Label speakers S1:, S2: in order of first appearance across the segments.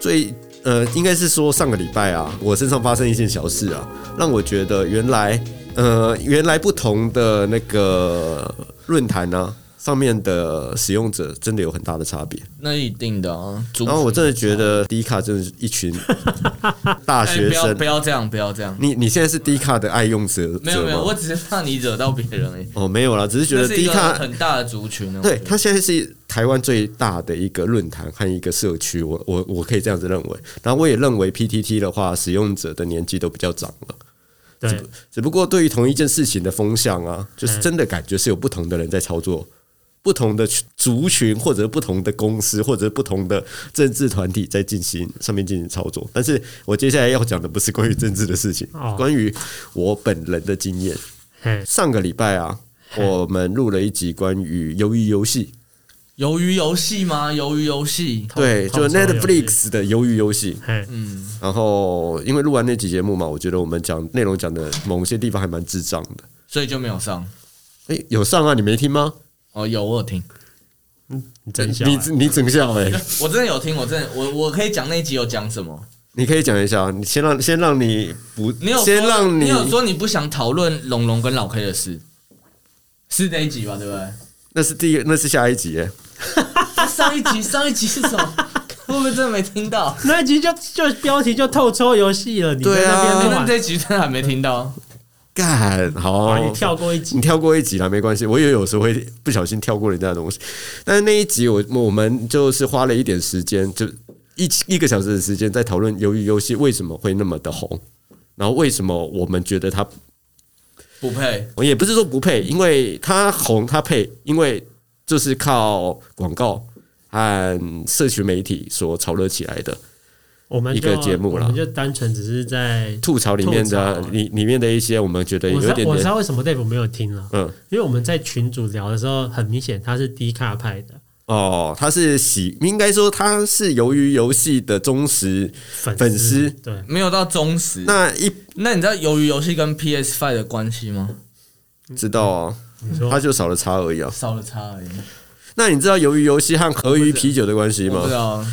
S1: 最呃，应该是说上个礼拜啊，我身上发生一件小事啊，让我觉得原来呃，原来不同的那个论坛呢，上面的使用者真的有很大的差别。
S2: 那一定的啊。主
S1: 然后我真的觉得迪卡真的是一 群大
S2: 哎
S1: 学
S2: 不要
S1: 生
S2: 不。要这样，不要这样。
S1: 你你现在是迪卡的爱用者
S2: 没有没
S1: 者
S2: 有，
S1: 吗
S2: 我只是怕你惹到别人而已。
S1: 哦没有啦，只是觉
S2: 这
S1: 得
S2: 是一
S1: 迪
S2: 个
S1: 卡
S2: 很大的族群啊。
S1: 对
S2: 我觉得
S1: 它现在是台湾最大的一个论坛和一个社区，我我我可以这样子认为。然后我也认为 PTT 的话，使用者的年纪都比较长了。
S3: 对，
S1: 只不过对于同一件事情的风向啊，就是真的感觉是有不同的人在操作，不同的族群或者不同的公司或者不同的政治团体在进行上面进行操作。但是我接下来要讲的不是关于政治的事情
S3: 哦，
S1: 关于我本人的经验。
S3: 嘿，
S1: 上个礼拜啊，我们录了一集关于鱿鱼游戏。
S2: 鱿鱼游戏吗？鱿鱼游戏，
S1: 对，
S3: 套
S1: 就
S3: 装游戏
S1: Netflix 的《鱿鱼游戏》。
S3: 嘿，
S2: 嗯，
S1: 然后，因为录完那集节目嘛，我觉得我们讲内容讲的某些地方还蛮智障的。
S2: 所以就没有上。
S1: 哎，有上啊？你没听吗？
S2: 哦，有我有听，
S3: 你真笑
S1: 你
S3: 欸，
S1: 你整下哎、
S2: 我真的有听，我真的我我可以讲那一集有讲什么？
S1: 你可以讲一下，你先让先让你不，
S2: 你有说
S1: 先让
S2: 你
S1: 你
S2: 有说你不想讨论龙龙跟老 K 的事，是那一集吧？对不对？
S1: 那是第一那是下一集、哎
S2: 啊上一 集上一集是什么？会不会真的没听到？
S3: 那集就就标题就透抽游戏了，你在
S1: 对啊
S3: 那
S2: 哎那
S3: 边乱
S2: 这一集真的还没听到。
S1: 干好，
S3: 哇，你跳过一集，
S1: 你跳过一集啦，没关系，我也有时候会不小心跳过人家的东西。但是那一集我我们就是花了一点时间，就一一个小时的时间在讨论《鱿鱼游戏》为什么会那么的红，然后为什么我们觉得它，
S2: 不配，
S1: 我也不是说不配，因为它红它配，因为就是靠广告和社群媒体所炒热起来的。
S3: 我们就
S1: 一个节目啦
S3: 我们就单纯只是在
S1: 吐槽里面的
S3: 吐槽
S1: 里里面的一些，我们觉得有
S3: 我知
S1: 点
S3: 道我知
S1: 点
S3: 道为什么 Dave 没有听了，
S1: 嗯
S3: 因为我们在群主聊的时候，很明显他是低卡派的
S1: 哦，他是喜，应该说他是由于游戏的忠实
S3: 粉
S1: 粉丝
S3: 对，
S2: 没有到忠实。那
S1: 那一
S2: 那你知道鱿鱼游戏跟 PS Five 的关系吗？
S1: 知道啊，
S2: 嗯
S3: 你说
S1: 他就少了叉而已啊。
S2: 少了差而已。
S1: 那你知道鱿鱼游戏和河鱼啤酒的关系
S2: 我不知
S1: 吗？
S2: 道，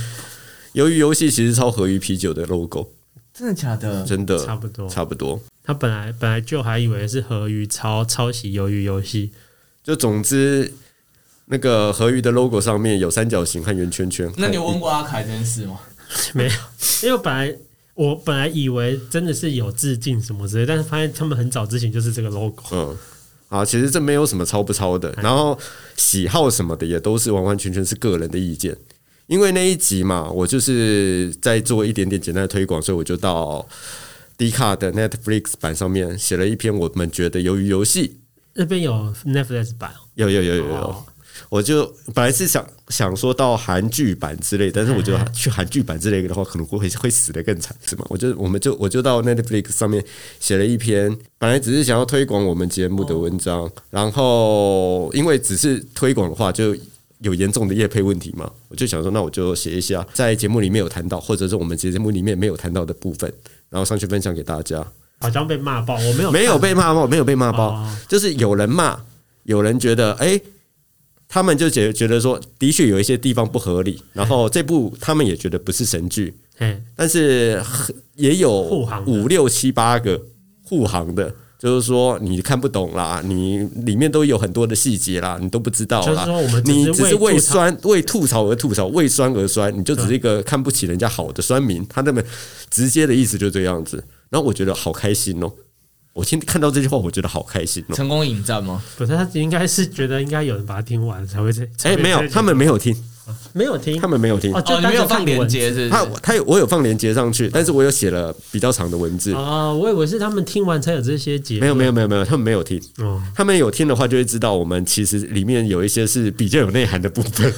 S1: 鱿鱼游戏其实抄河鱼啤酒的 logo，
S2: 真的假的？
S1: 真的
S3: 差不多
S1: 差不多。
S3: 他本来本来就还以为是河鱼抄抄袭鱿鱼游戏，
S1: 就总之，那个河鱼的 logo 上面有三角形和圆圈圈。
S2: 那你有问过阿凯这件事吗？
S3: 没有，因为我本来我本来以为真的是有致敬什么之类，但是发现他们很早之前就是这个 logo，
S1: 嗯，啊，其实这没有什么抄不抄
S3: 哎
S1: 的，然后喜好什么的也都是完完全全是个人的意见。因为那一集嘛，我就是在做一点点简单的推广，所以我就到 D 卡的 Netflix 版上面写了一篇我们觉得由于游戏
S3: 那边有 Netflix 版，
S1: 有有有有有
S3: 哦，
S1: 我就本来是想想说到韩剧版之类，但是我觉得去韩剧版之类的话，可能会会死得更惨，是吗？我就我们就我就到 Netflix 上面写了一篇，本来只是想要推广我们节目的文章，然后因为只是推广的话就。有严重的业配问题嘛？我就想说，那我就写一下在节目里面有谈到，或者是我们节目里面没有谈到的部分，然后上去分享给大家。
S3: 好像被骂爆，我没有
S1: 没有被骂爆，没有被骂爆，
S3: 哦
S1: 就是有人骂，有人觉得，哎、他们就觉觉得说，的确有一些地方不合理，然后这部他们也觉得不是神剧，
S3: 哎，
S1: 但是也有
S3: 护航的
S1: 五六七八个护航的。就是说你看不懂啦，你里面都有很多的细节啦，你都不知道
S3: 就是
S1: 啦。
S3: 说我们只是
S1: 你只是为
S3: 为吐槽
S1: 酸为吐槽而吐槽，为酸而酸，你就只是一个看不起人家好的酸民。他那么直接的意思就这样子。然后我觉得好开心哦，我听看到这句话，我觉得好开心哦。
S2: 成功引战吗？
S3: 不是他应该是觉得应该有人把它听完才会这，
S1: 哎、
S3: 才会
S1: 没有
S3: 这，
S1: 他们没有听，
S3: 没有听
S1: 他们没有听。
S3: 哦，就
S2: 哦，你
S3: 单
S2: 没有
S3: 纯看
S2: 放链
S3: 文
S2: 接是不
S1: 他
S2: 是？
S1: 他有我有放链接上去，但是我有写了比较长的文字。
S3: 啊，我以为是他们听完才有这些节，
S1: 没有没有没有没有，他们没有听。
S3: 哦，
S1: 他们有听的话，就会知道我们其实里面有一些是比较有内涵的部 分，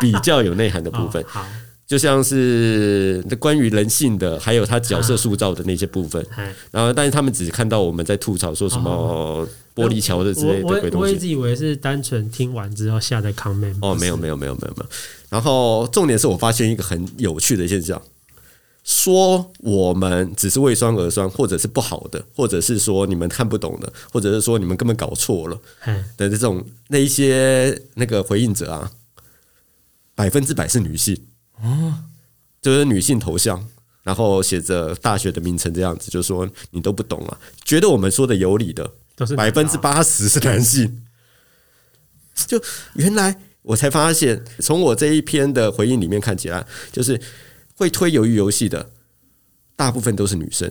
S1: 比较有内涵的部分
S3: 哦，好，
S1: 就像是关于人性的，还有他角色塑造的那些部分。
S3: 哎，哦
S1: 然后，但是他们只看到我们在吐槽说什么玻璃桥的之类
S3: 我
S1: 的鬼
S3: 我
S1: 东
S3: 我一
S1: 西。
S3: 直以为是单纯听完之后下的 comment，
S1: 哦，没有没有没有没有没有。然后重点是我发现一个很有趣的现象，说我们只是为酸而酸，或者是不好的，或者是说你们看不懂的，或者是说你们根本搞错了。
S3: 哎，
S1: 的这种那一些那个回应者啊，百分之百是女性。就是女性头像，然后写着大学的名称这样子，就说你都不懂啊，觉得我们说的有理的，
S3: 都是啊
S1: 百分之
S3: 八。
S1: 八十是男性。就原来我才发现，从我这一篇的回应里面看起来，就是会推鱿鱼游戏的大部分都是女生，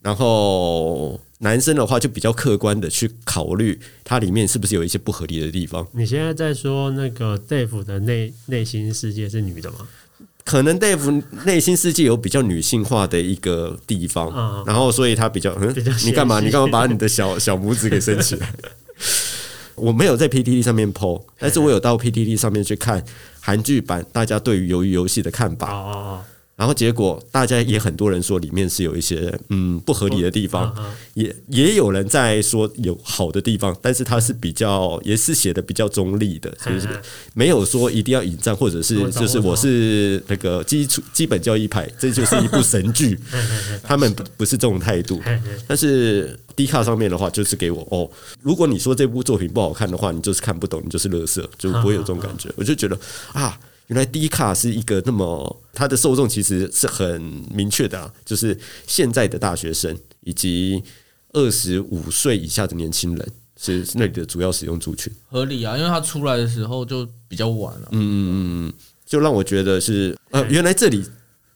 S1: 然后男生的话就比较客观的去考虑它里面是不是有一些不合理的地方。
S3: 你现在在说那个 Dave 的内内心世界是女的吗？
S1: 可能 Dave 内心世界有比较女性化的一个地方，
S3: 嗯
S1: 然后所以他比较，嗯
S3: 比较，
S1: 你干嘛？
S3: 纤细
S1: 你干嘛把你的小小拇指给伸起来？ 我没有在 PTT 上面 PO，但是我有到 PTT 上面去看韩剧版大家对于鱿鱼游戏的看
S3: 哦
S1: 法，
S3: 哦
S1: 然后结果大家也很多人说里面是有一些嗯不合理的地
S3: 哦，
S1: 方，
S3: 啊
S1: 也也有人在说有好的地方，但是他是比较也是写的比较中立的，
S3: 嘿
S1: 就是
S3: 嘿
S1: 没有说一定要引战，或者
S3: 我
S1: 是
S3: 懂
S1: 就是
S3: 我懂
S1: 我是那个基础基本教义派，这就是一部神剧。 他们不不是这种态度
S3: 嘿嘿，
S1: 但是 D 卡上面的话就是给我哦，如果你说这部作品不好看的话，你就是看不懂，你就是垃圾，就不会有这种感觉。我就觉得啊。原来 D 卡是一个那么它的受众其实是很明确的、啊，就是现在的大学生以及二十五岁以下的年轻人是那里的主要使用族群。
S2: 合理啊，因为他出来的时候就比较晚啊了、
S1: 就让我觉得是呃，原来这里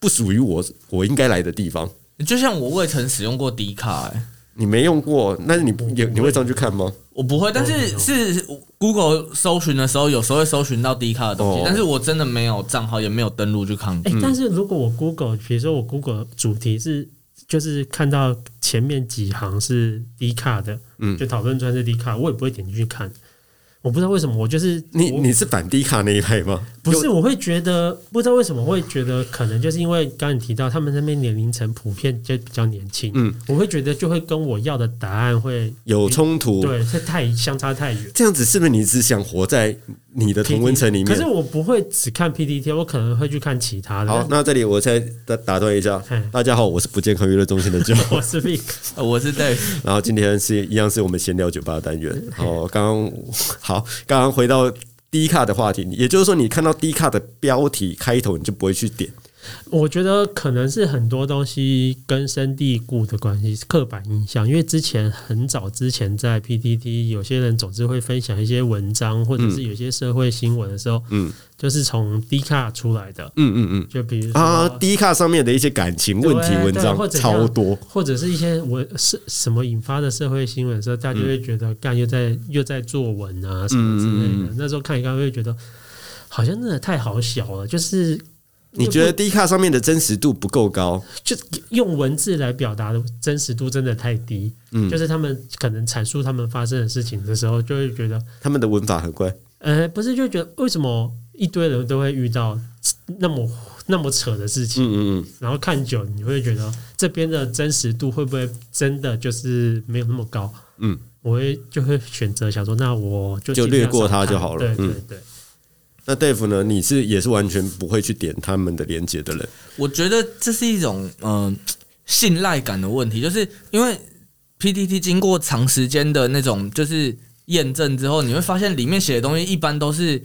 S1: 不属于我我应该来的地方。
S2: 就像我未曾使用过迪卡、欸，
S1: 你没用过，那你你你会上去看吗？
S2: 我不会，但是是 Google 搜寻的时候，有时候会搜寻到迪卡的东西，
S1: 哦
S2: 但是我真的没有账号，也没有登录去看
S3: 哎
S1: 嗯
S2: 过。，
S3: 但是如果我 Google，比如说我 Google 主题是就是看到前面几行是低卡的，嗯，就讨论出来是低卡，我也不会点进去看。我不知道为什么，我就是
S1: 你
S3: 我
S1: 你是反低卡那一派吗？
S3: 不是，我会觉得不知道为什么会觉得，可能就是因为刚刚你提到他们那边年龄层普遍就比较年轻，嗯，我会觉得就会跟我要的答案会
S1: 有有冲突，
S3: 对，是太相差太远。
S1: 这样子是不是你只想活在你的同温层里
S3: 可是
S1: 面？
S3: 我不会只看 PPT，我可能会去看其他的。
S1: 好，那这里我再打打断一下
S3: 嗯，
S1: 大家好，我是不健康娱乐中心的 j
S3: 我是 Vic，
S2: 呃我是对，
S1: 然后今天是一样是我们闲聊酒吧的单元。然后刚刚好，刚刚回到低卡的话题，也就是说你看到低卡的标题开头你就不会去点，
S3: 我觉得可能是很多东西根深蒂固的关系，刻板印象。因为之前很早之前在 PTT，有些人总是会分享一些文章，或者是有些社会新闻的时候，嗯，就是从 D 卡出来的，
S1: 嗯嗯嗯。
S3: 就比如说
S1: 啊，低卡上面的一些感情问题
S3: 对啊
S1: 文
S3: 对或
S1: 章
S3: 者像
S1: 超多，
S3: 或者是一些我是什么引发的社会新闻的时候，大家就会觉得干又在又在作文啊什么之类
S1: 嗯
S3: 的。那时候看一看会觉得，好像真的太好小了，就是
S1: 你觉得低卡上面的真实度不够高？
S3: 就用文字来表达的真实度真的太低。嗯，就是他们可能阐述他们发生的事情的时候，就会觉得，
S1: 他们的文法很怪，
S3: 呃，不是就觉得为什么一堆人都会遇到那么那么扯的事
S1: 嗯
S3: 情，
S1: 嗯嗯，
S3: 然后看久你会觉得这边的真实度会不会真的就是没有那么高？
S1: 嗯，
S3: 我会就会选择想说，那我就
S1: 就
S3: 尽
S1: 略
S3: 量
S1: 过它
S3: 少看
S1: 就好了
S3: 对对
S1: 嗯
S3: 对，
S1: 那 Dave 呢？你是也是完全不会去点他们的连接的人，
S2: 我觉得这是一种嗯、呃信赖感的问题，就是因为 PTT 经过长时间的那种就是验证之后，你会发现里面写的东西一般都是。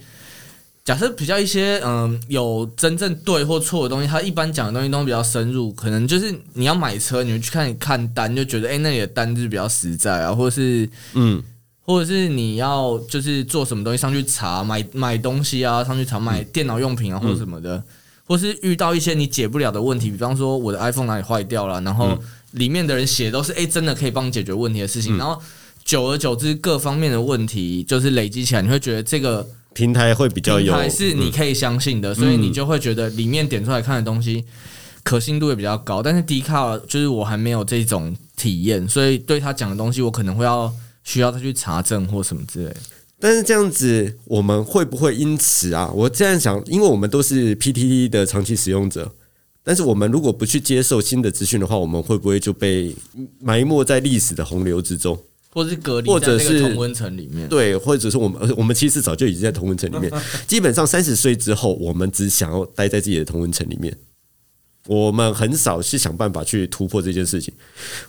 S2: 假设比较一些嗯、有真正对或错的东西，它一般讲的东西都比较深入，可能就是你要买车，你就去看看单，就觉得哎、诶那里的单就是比较实在啊，或者是
S1: 嗯，
S2: 或者是你要就是做什么东西上去查买买东西啊，上去查买电脑用品啊或者什么的，或是遇到一些你解不了的问题，比方说我的 iPhone 哪里坏掉了，然
S1: 嗯
S2: 后里面的人写都是哎、诶真的可以帮你解决问题的事情，然后久而久之各方面的问题就是累积起来，你会觉得这个
S1: 平台会比较
S2: 平
S1: 有，
S2: 台是你
S1: 嗯
S2: 可以相信的，所以你就会觉得里面点出来看的东西可信度也比较高。但是迪卡就是我还没有这种体验，所以对他讲的东西我可能会要需要再去查证或什么之类的。
S1: 但是这样子，我们会不会因此啊？我这样想，因为我们都是 PTT 的长期使用者，但是我们如果不去接受新的资讯的话，我们会不会就被埋没在历史的洪流之中？
S2: 或是隔离
S1: 或
S2: 在
S1: 者
S2: 那个
S1: 是
S2: 同温层里面，
S1: 对，或者是我们，呃我们其实早就已经在同温层里 面。基本上三十岁之后，我们只想要待在自己的同温层里面，我们很少去想办法去突破这件事情。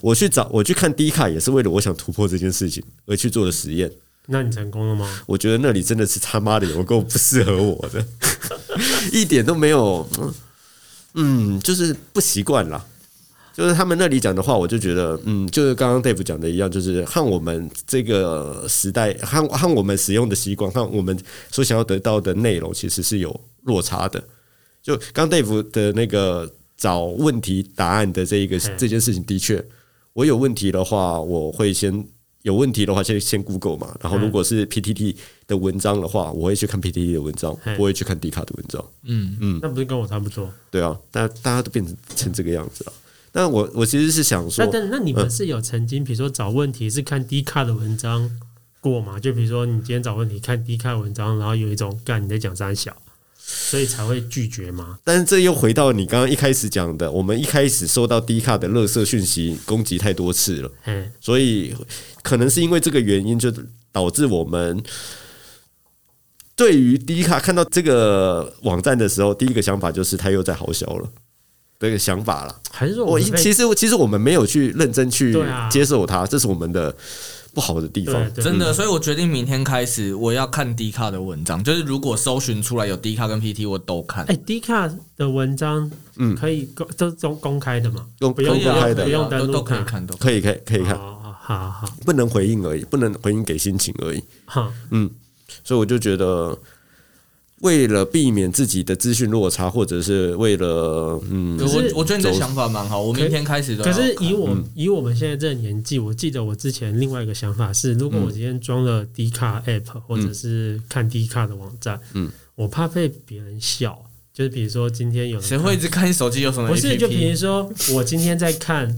S1: 我去找我去看 D 卡，也是为了我想突破这件事情而去做的实验。
S3: 那你成功了吗？
S1: 我觉得那里真 的是他妈的有够不适合我的，一点都没有。嗯嗯，就是不习惯啦。就是他们那里讲的话，我就觉得，嗯，就是刚刚 Dave 讲的一样，就是和我们这个时代，和和我们使用的习惯，和我们所想要得到的内容，其实是有落差的。就刚 Dave 的那个找问题答案的这一个
S3: 嗯
S1: 这件事情，的确，我有问题的话，我会先有问题的话先先 Google 嘛，然后如果是 PTT 的文章的话，我会去看 PTT 的文章，
S3: 嗯
S1: 不会去看 D 卡的文章。
S2: 嗯，
S3: 那不是跟我差不多？
S1: 对啊，大大家都变成成这个样子了。啊那我我其实是想说呃
S3: 那，但那你们是有曾经，比如说找问题是看 D 卡的文章过吗？就比如说你今天找问题看 D 卡文章，然后有一种干你在讲三小，所以才会拒绝吗？
S1: 但是这又回到你刚刚一开始讲的，我们一开始受到低卡的垃圾讯息攻击太多次了，
S3: 嘿，
S1: 所以可能是因为这个原因，就导致我们对于低卡看到这个网站的时候，第一个想法就是他又在好笑了。这个想法了，
S3: 还是说
S1: 我
S3: 们被
S1: 其实其实我们没有去认真去
S3: 对啊
S1: 接受它，这是我们的不好的地方。
S3: 对对嗯
S2: 真的，所以我决定明天开始我要看 D 卡的文章，就是如果搜寻出来有 D 卡跟 PT，我都看。
S3: 哎，D 卡的文章
S1: 嗯
S3: 可以公都都公开的嘛？
S1: 用
S3: 不用
S1: 公开的
S3: 不用登
S2: 都
S3: 录
S2: 都啊可以
S3: 看
S2: 看，都可以
S1: 可以可以可以看，
S3: 哦，好好
S1: 不能回应而已，不能回应给心情而已。
S3: 好，
S1: 所以我就觉得，为了避免自己的资讯落差，或者是为了嗯，
S3: 可是
S2: 我我觉得你的
S1: 走
S2: 想法蛮好，我明天开始都
S3: 可
S2: 要看。
S3: 是以我、
S1: 嗯
S3: 以我们现在这个年纪，我记得我之前另外一个想法是，如果我今天装了 D 卡 app 或者是看 D 卡的网站，
S1: 嗯，
S3: 我怕被别人笑，就是比如说今天有人
S2: 谁会一直看你手机有什么 APP？
S3: 不是就比如说我今天在看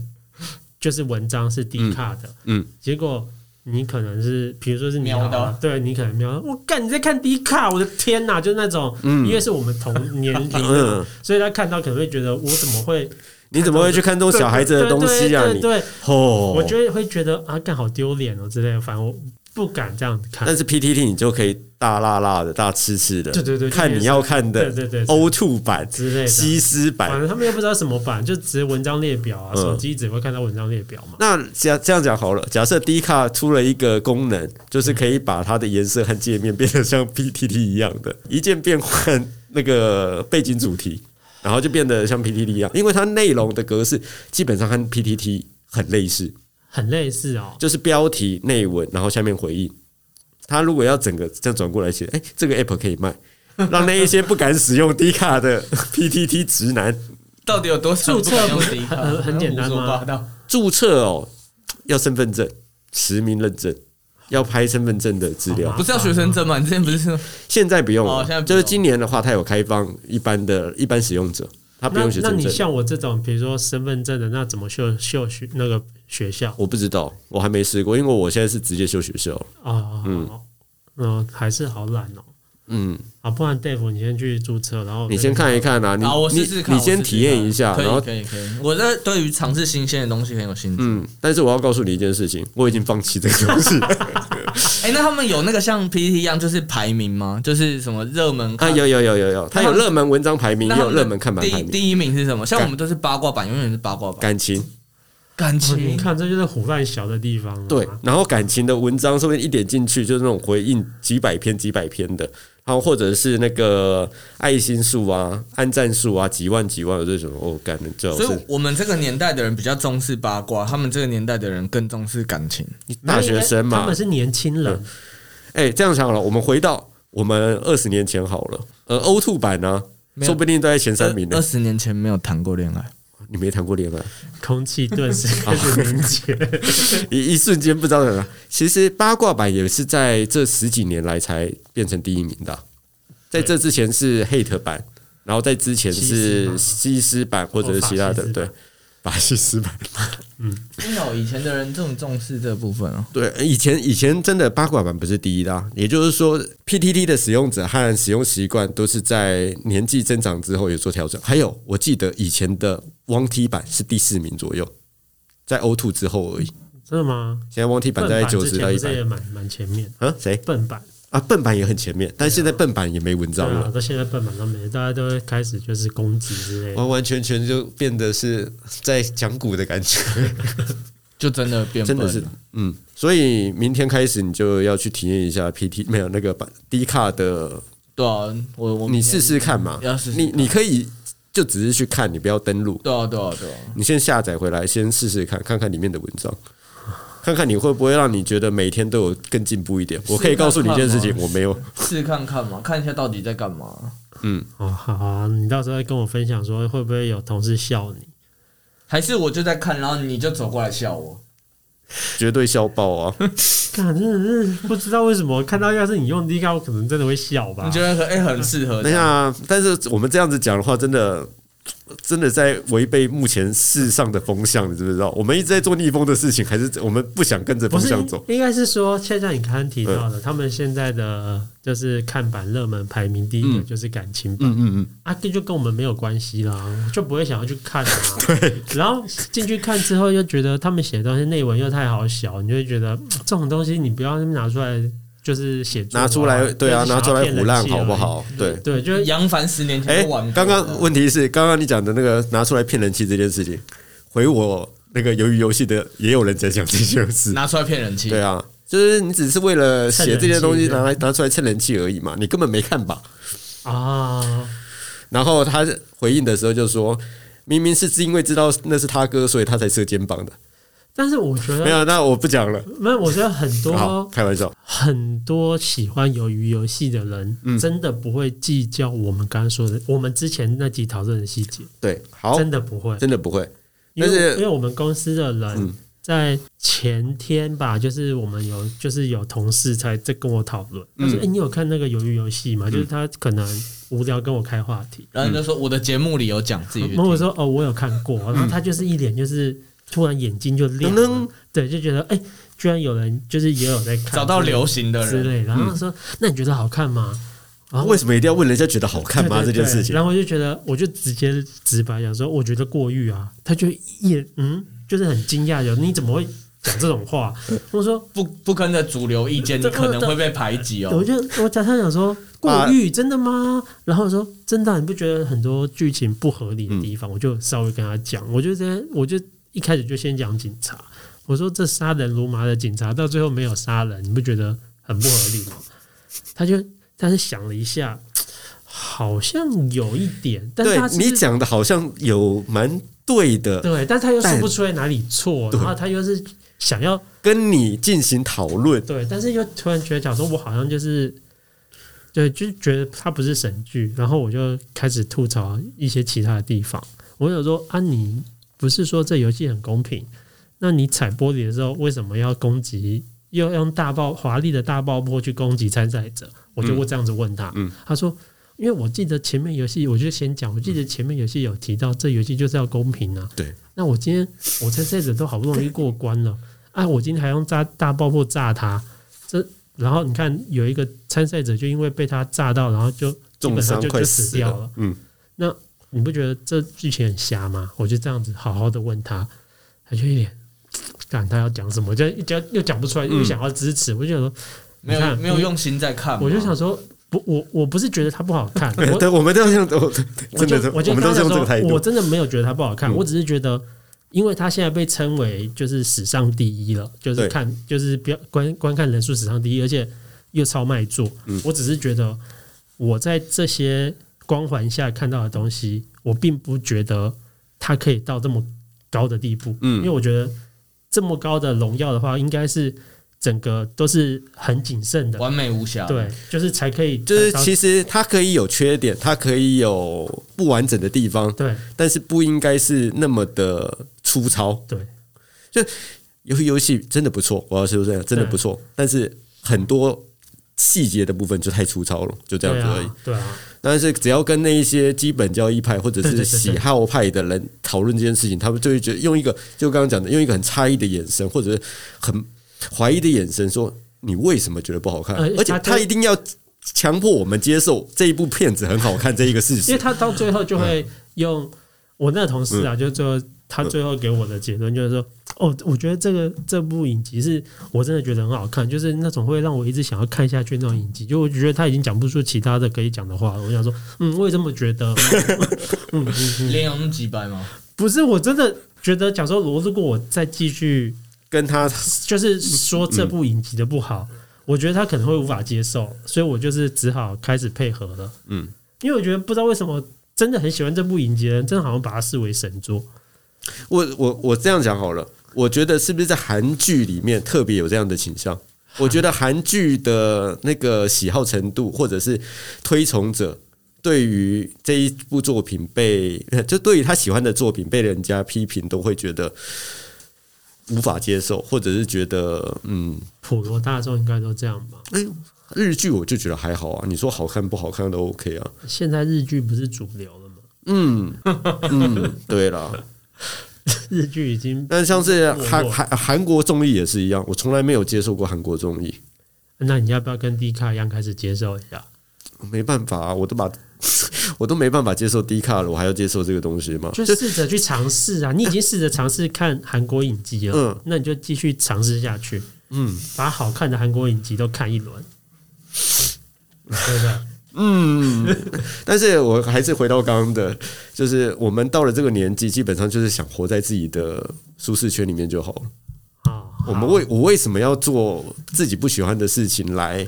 S3: 就是文章是 D 卡的，
S1: 嗯嗯
S3: 结果。你可能是，比如说是你好了
S2: 瞄到
S3: 对你可能瞄到，我干你在看 D 卡，我的天哪，就是那种，因为是我们同年 龄的，
S1: 嗯，
S3: 所以他看到可能会觉得我怎么会
S1: 你怎么会去看这种小孩子的东西啊？
S3: 对对对
S1: 你
S3: 对，
S1: 哦，
S3: 我觉得会觉得啊，干好丢脸哦之类的，反正我不敢这样子看
S1: 但。是 PTT 你就可以大辣辣的、大吃吃的，
S3: 对对对
S1: 看你要看
S3: 对
S1: 的
S3: 对对，
S1: O two 版、
S3: 之类的，
S1: 西施
S3: 反
S1: 版。
S3: 正他们又不知道什么版，就只是文章列表啊，
S1: 哎嗯
S3: 手机只会看到文章列表嘛。
S1: 那假这样讲好了，假设 D 卡出了一个功能，就是可以把它的颜色和界面变得像 PTT 一样的，一键变换那个背景主题，然后就变得像 PTT 一样，因为它内容的格式基本上和 PTT 很类似，
S3: 很类似哦，
S1: 就是标题、内文，然后下面回应。它如果要整个这样转过来写，哎、这个 app 可以卖，让那一些不敢使用 D 卡的 PTT 直男
S2: 到底有多少人不敢用 D 卡？
S3: 很很简单吗
S2: 胡说八道
S1: 注册哦，要身份证、实名认证，要拍身份证的资料
S3: 好麻。
S2: 不是要学生证吗？你之前不是说
S1: 现在不用了，
S2: 哦现在不用
S1: 就是今年的话，它有开放一般的一般使用者，他不
S3: 那
S1: 用学
S3: 那
S1: 生
S3: 你
S1: 证。
S3: 像我这种，比如说身份证的，那怎么秀秀学那个学校
S1: 我不知道，我还没试过，因为我现在是直接修学校。
S3: 啊？嗯，嗯，还是好懒哦。
S1: 嗯，
S3: 啊，不然 Dave，你先去注册，然后我
S1: 你先看一看啊，你
S2: 啊，我
S1: 你
S2: 试试看，
S1: 你先
S2: 我试试
S1: 体验一下，
S2: 看
S1: 然后
S2: 可以可以可以。我在对于尝试新鲜的东西很有兴趣。
S1: 嗯，但是我要告诉你一件事情，我已经放弃这个东西
S2: 哎、那他们有那个像 PPT 一样，就是排名吗？就是什么热门
S1: 啊，
S2: 看？
S1: 有有有有有，它有热门文章排名，
S2: 那
S1: 也
S2: 他
S1: 有
S2: 们的
S1: 热门看板
S2: 第
S1: 排
S2: 一
S1: 名，
S2: 第一名是什么？像我们都是八卦版，永远是八卦版。
S1: 感情
S2: 嗯感
S3: 哦你
S2: 情，
S3: 看，这就是虎烂小的地方了。啊
S1: 对，然后感情的文章说不定一点进去就是那种回应几百篇几百篇的，然后或者是那个爱心数啊、按赞数啊，几万几万，我就什么哦，感觉最好
S2: 所
S1: 是
S2: 以我们这个年代的人比较重视八卦，他们这个年代的人更重视感情。
S1: 你大学生
S3: 他
S1: 嘛
S3: 们，是年轻人，
S1: 哎、这样想好了，我们回到我们二十年前好了，呃，O two 版呢、
S2: 没有
S1: 说
S2: 呃
S1: 不定都在前三名
S2: 二
S1: 呢。
S2: 十年前没有谈过恋爱，
S1: 你没谈过恋爱？
S3: 空气顿时 开
S1: 哦
S3: 始凝结。
S1: 一一瞬间不知道在哪。其实八卦版也是在这十几年来才变成第一名的啊、在这之前是 hate 版，然后在之前是西施版或者是其他的
S3: 哦法西斯版
S1: 对。法西斯版，
S2: 真的、以前的人这么重视这部分哦。
S1: 对，以前以前真的八卦版不是第一的、啊，也就是说，PTT 的使用者和使用习惯都是在年纪增长之后有做调整。还有，我记得以前的 One T 版是第四名左右，在 O Two 之后而已。
S3: 真的吗？
S1: 现在 One T 版
S3: 笨
S1: 在
S3: 板
S1: 九
S3: 之
S1: 十
S3: 前
S1: 到一
S3: 不是
S1: 百
S3: 也，蛮蛮前面，
S1: 啊，谁？
S3: 笨板
S1: 啊，笨版也很前面，但现在笨版也没文
S3: 对
S1: 章
S3: 啊，
S1: 了，
S3: 到现在笨板都没，大家都会开始就是攻击之类的。
S1: 完完全全就变得是在讲古的感觉，
S2: 就真的变
S1: 真
S2: 笨
S1: 的是，嗯。所以明天开始你就要去体验一下 PT 没有那个版低卡的，
S2: 对啊，我我
S1: 你试试看嘛
S2: 要试，试
S1: 你你可以。就只是去看，你不要登录，
S2: 对啊，对啊，对啊，
S1: 你先下载回来，先试试看，看看里面的文章。看看你会不会让你觉得每天都有更进步一点？我可以告诉你一件事情，
S2: 看看嘛
S1: 我没有。
S2: 试看看嘛，看一下到底在干嘛，
S3: 哦，好啊，你到时候再跟我分享说会不会有同事笑你？
S2: 还是我就在看，然后你就走过来笑我，
S1: 绝对笑爆啊！
S3: 看，真的是不知道为什么看到要是你用 D 卡，我可能真的会笑吧
S1: 啊
S2: 你。觉得很哎、很适合这
S1: 等一
S2: 样？
S1: 下，但是我们这样子讲的话，真的真的在违背目前世上的风向，你知不知道？我们一直在做逆风的事情，还是我们不想跟着
S3: 不
S1: 风
S3: 是
S1: 向走？，嗯
S3: 应该是说，现在你刚刚提到的，他们现在的呃就是看板热门排名第一个就是感情版、
S1: 嗯嗯嗯，
S3: 啊，这就跟我们没有关系啦，就不会想要去 看啊。然后进去看之后，又觉得他们写的东西内文又太好小，你就会觉得嗯这种东西你不要拿出来，就是写作啊
S1: 拿出来，对啊，
S3: 就是
S1: 拿
S3: 想
S1: 出
S3: 要
S1: 来
S3: 骗
S1: 胡
S3: 人
S1: 烂
S3: 气
S1: 好不
S3: 而已？
S1: 好？对。
S3: 对，就是
S2: 杨凡十年前
S1: 哎
S2: 就玩，过
S1: 刚
S2: 了
S1: 刚问题是，刚刚你讲的那个拿出来骗人气这件事情，回我那个鱿鱼游戏的也有人在讲这件事，
S2: 拿出来骗人气，
S1: 对啊。就是你只是为了写这些东西
S3: 蹭人气
S1: 拿来拿出来蹭人气而已嘛，你根本没看吧？
S3: 啊，
S1: 然后他回应的时候就说：“明明是因为知道那是他哥，所以他才射肩膀的。
S3: 但是我觉”
S1: 没
S3: 得，
S1: 有，那我不讲了。
S3: 没有，我觉得很
S1: 好，
S3: 多
S1: 开玩笑。
S3: 很多喜欢鱿鱼游戏的人，
S1: 嗯
S3: 真的不会计较我们刚刚说的，我们之前那集讨论的细节，
S1: 对，好，
S3: 真的不会，
S1: 真的不会。
S3: 因
S1: 但
S3: 为
S1: 是
S3: 因为我们公司的人
S1: 嗯
S3: 在前天吧，就是我们有就是有同事才在跟我讨论，他
S1: 嗯
S3: 说：“哎、你有看那个鱿鱼游戏吗？”就是他可能无聊跟我开话题，
S2: 然后你就说我的节目里有讲
S1: 嗯
S2: 自己去
S3: 然后我
S2: 听，
S3: 说：“哦，我有看过。”然后他就是一脸就是突然眼睛就亮
S1: 噔
S3: 了
S1: 噔，
S3: 对，就觉得哎、居然有人就是也有在看，
S2: 找到流行的
S3: 之
S2: 人，
S3: 类的。然后他
S1: 嗯
S3: 说：“那你觉得好看吗？”然后
S1: 为什么一定要问人家觉得好看吗？这
S3: 哦对对对
S1: 件事情
S3: 然后我就觉得，我就直接直白讲说，我觉得过誉啊，他就也嗯，就是很惊讶，有你怎么会讲这种话？我说，
S2: 不不跟着主流意见，你
S3: 这
S2: 可能会被排挤
S3: 我
S2: 哦。
S3: 就我假他讲说过誉真的吗？然后我说真的啊、你不觉得很多剧情不合理的地
S1: 嗯
S3: 方？我就稍微跟他讲，我就直接我就一开始就先讲警察，我说这杀人如麻的警察到最后没有杀人，你不觉得很不合理吗？他就他是想了一下。好像有一点，但是
S1: 对
S3: 他是不
S1: 你
S3: 是
S1: 讲的好像有蛮对的，
S3: 对，但他又说
S1: 但
S3: 不出来哪里错，
S1: 对
S3: 然后他又是想要
S1: 跟你进行讨论。
S3: 对，但是又突然觉得，讲说我好像就是，对，就是觉得他不是神剧，然后我就开始吐槽一些其他的地方。我有说啊，你不是说这游戏很公平？那你踩玻璃的时候，为什么要攻击？又要用大爆华丽的大爆破去攻击参赛者？我就会这样子问他，
S1: 嗯
S3: 他说。因为我记得前面游戏，我就先讲，我记得前面游戏有提到，这游戏就是要公平啊。
S1: 对，
S3: 那我今天我参赛者都好不容易过关了，啊，我今天还用炸大爆破炸他，这然后你看有一个参赛者就因为被他炸到，然后就基
S1: 重
S3: 本上
S1: 伤
S3: 就
S1: 快
S3: 就死
S1: 死
S3: 掉了
S1: 了，。嗯，
S3: 你不觉得这剧情很瞎吗？我就这样子好好的问他，他就一脸，看他要讲什么，就就又讲不出来，又想要支持，我就想说，
S2: 没
S3: 你
S2: 有
S3: 看
S2: 没有用心在看嘛，
S3: 我就想说，不，我我不是觉得他不好看，
S1: 对，
S3: 我
S1: 对我们都是用，我
S3: 我
S1: 真
S3: 就
S1: 的是，
S3: 我就
S1: 们
S3: 跟
S1: 都
S3: 他
S1: 是用这
S3: 说
S1: 个态，
S3: 我
S1: 度。
S3: 真的没有觉得他不好看，
S1: 嗯
S3: 我只是觉得，因为他现在被称为就是史上第一了，就
S1: 对
S3: 是看就是标观观看人数史上第一，而且又超卖座。
S1: 嗯
S3: 我只是觉得我在这些光环下看到的东西，我并不觉得它可以到这么高的地步，
S1: 嗯
S3: 因为我觉得这么高的荣耀的话，应该是整个都是很谨慎的，
S2: 完美无瑕，
S3: 对，就是才可以
S1: 就是
S3: 达到
S1: 其实它可以有缺点，它可以有不完整的地方，
S3: 对
S1: 但是不应该是那么的粗糙。
S3: 对
S1: 游戏游戏真的不错，我要说这样真的不错，但是很多细节的部分就太粗糙了，就这样
S3: 对
S1: 子而已。
S3: 啊，对啊。
S1: 但是只要跟那一些基本教义派或者
S3: 对对
S1: 是
S3: 对对
S1: 喜好派的人讨论这件事情，他们就会觉得用一个就刚刚讲的，用一个很诧异的眼神或者是很怀疑的眼神说你为什么觉得不好看
S3: 呃，
S1: 而且
S3: 他
S1: 他一定要强迫我们接受这一部片子很好看这一个事
S3: 因为
S1: 实。
S3: 他到最后就会用我那个同事啊，就最后他最后给我的结论就是说，哦，我觉得这个这部影集是我真的觉得很好看，就是那种会让我一直想要看下去那种影集，就我觉得他已经讲不出其他的可以讲的话了。我想说，嗯，我也这么觉得， 嗯，嗯嗯
S2: 连用几百吗？
S3: 不是，我真的觉得，假如说我如果我再继续
S1: 跟他
S3: 就是说这部影集的不好，
S1: 嗯
S3: 我觉得他可能会无法接受，所以我就是只好开始配合了。
S1: 嗯
S3: 嗯，因为我觉得不知道为什么真的很喜欢这部影集的人，真的好像把它视为神作。
S1: 我我我这样讲好了，我觉得是不是在韩剧里面特别有这样的倾向？我觉得韩剧的那个喜好程度，或者是推崇者。对于这一部作品被，就对于他喜欢的作品被人家批评，都会觉得无法接受，或者是觉得嗯，
S3: 普罗大众应该都这样吧？
S1: 哎呦，日剧我就觉得还好啊，你说好看不好看都 OK 啊，
S3: 现在日剧不是主流了吗？
S1: 嗯嗯，对啦。
S3: 日剧已经
S1: 但像是韩
S3: 没落
S1: 韩韩国综艺也是一样，我从来没有接受过韩国综艺，
S3: 那你要不要跟 D 卡一样开始接受一下？
S1: 没办法、啊，我都把 我都没办法接受低卡了，我还要接受这个东西吗？
S3: 就试着去尝试 啊！你已经试着尝试看韩国影集了，
S1: 嗯
S3: 那你就继续尝试下去，
S1: 嗯，
S3: 把好看的韩国影集都看 一轮，对不对？
S1: 嗯，但是我还是回到刚刚的，就是我们到了这个年纪，基本上就是想活在自己的舒适圈里面就好了。
S3: 啊，
S1: 我们为我为什么要做自己不喜欢的事情来，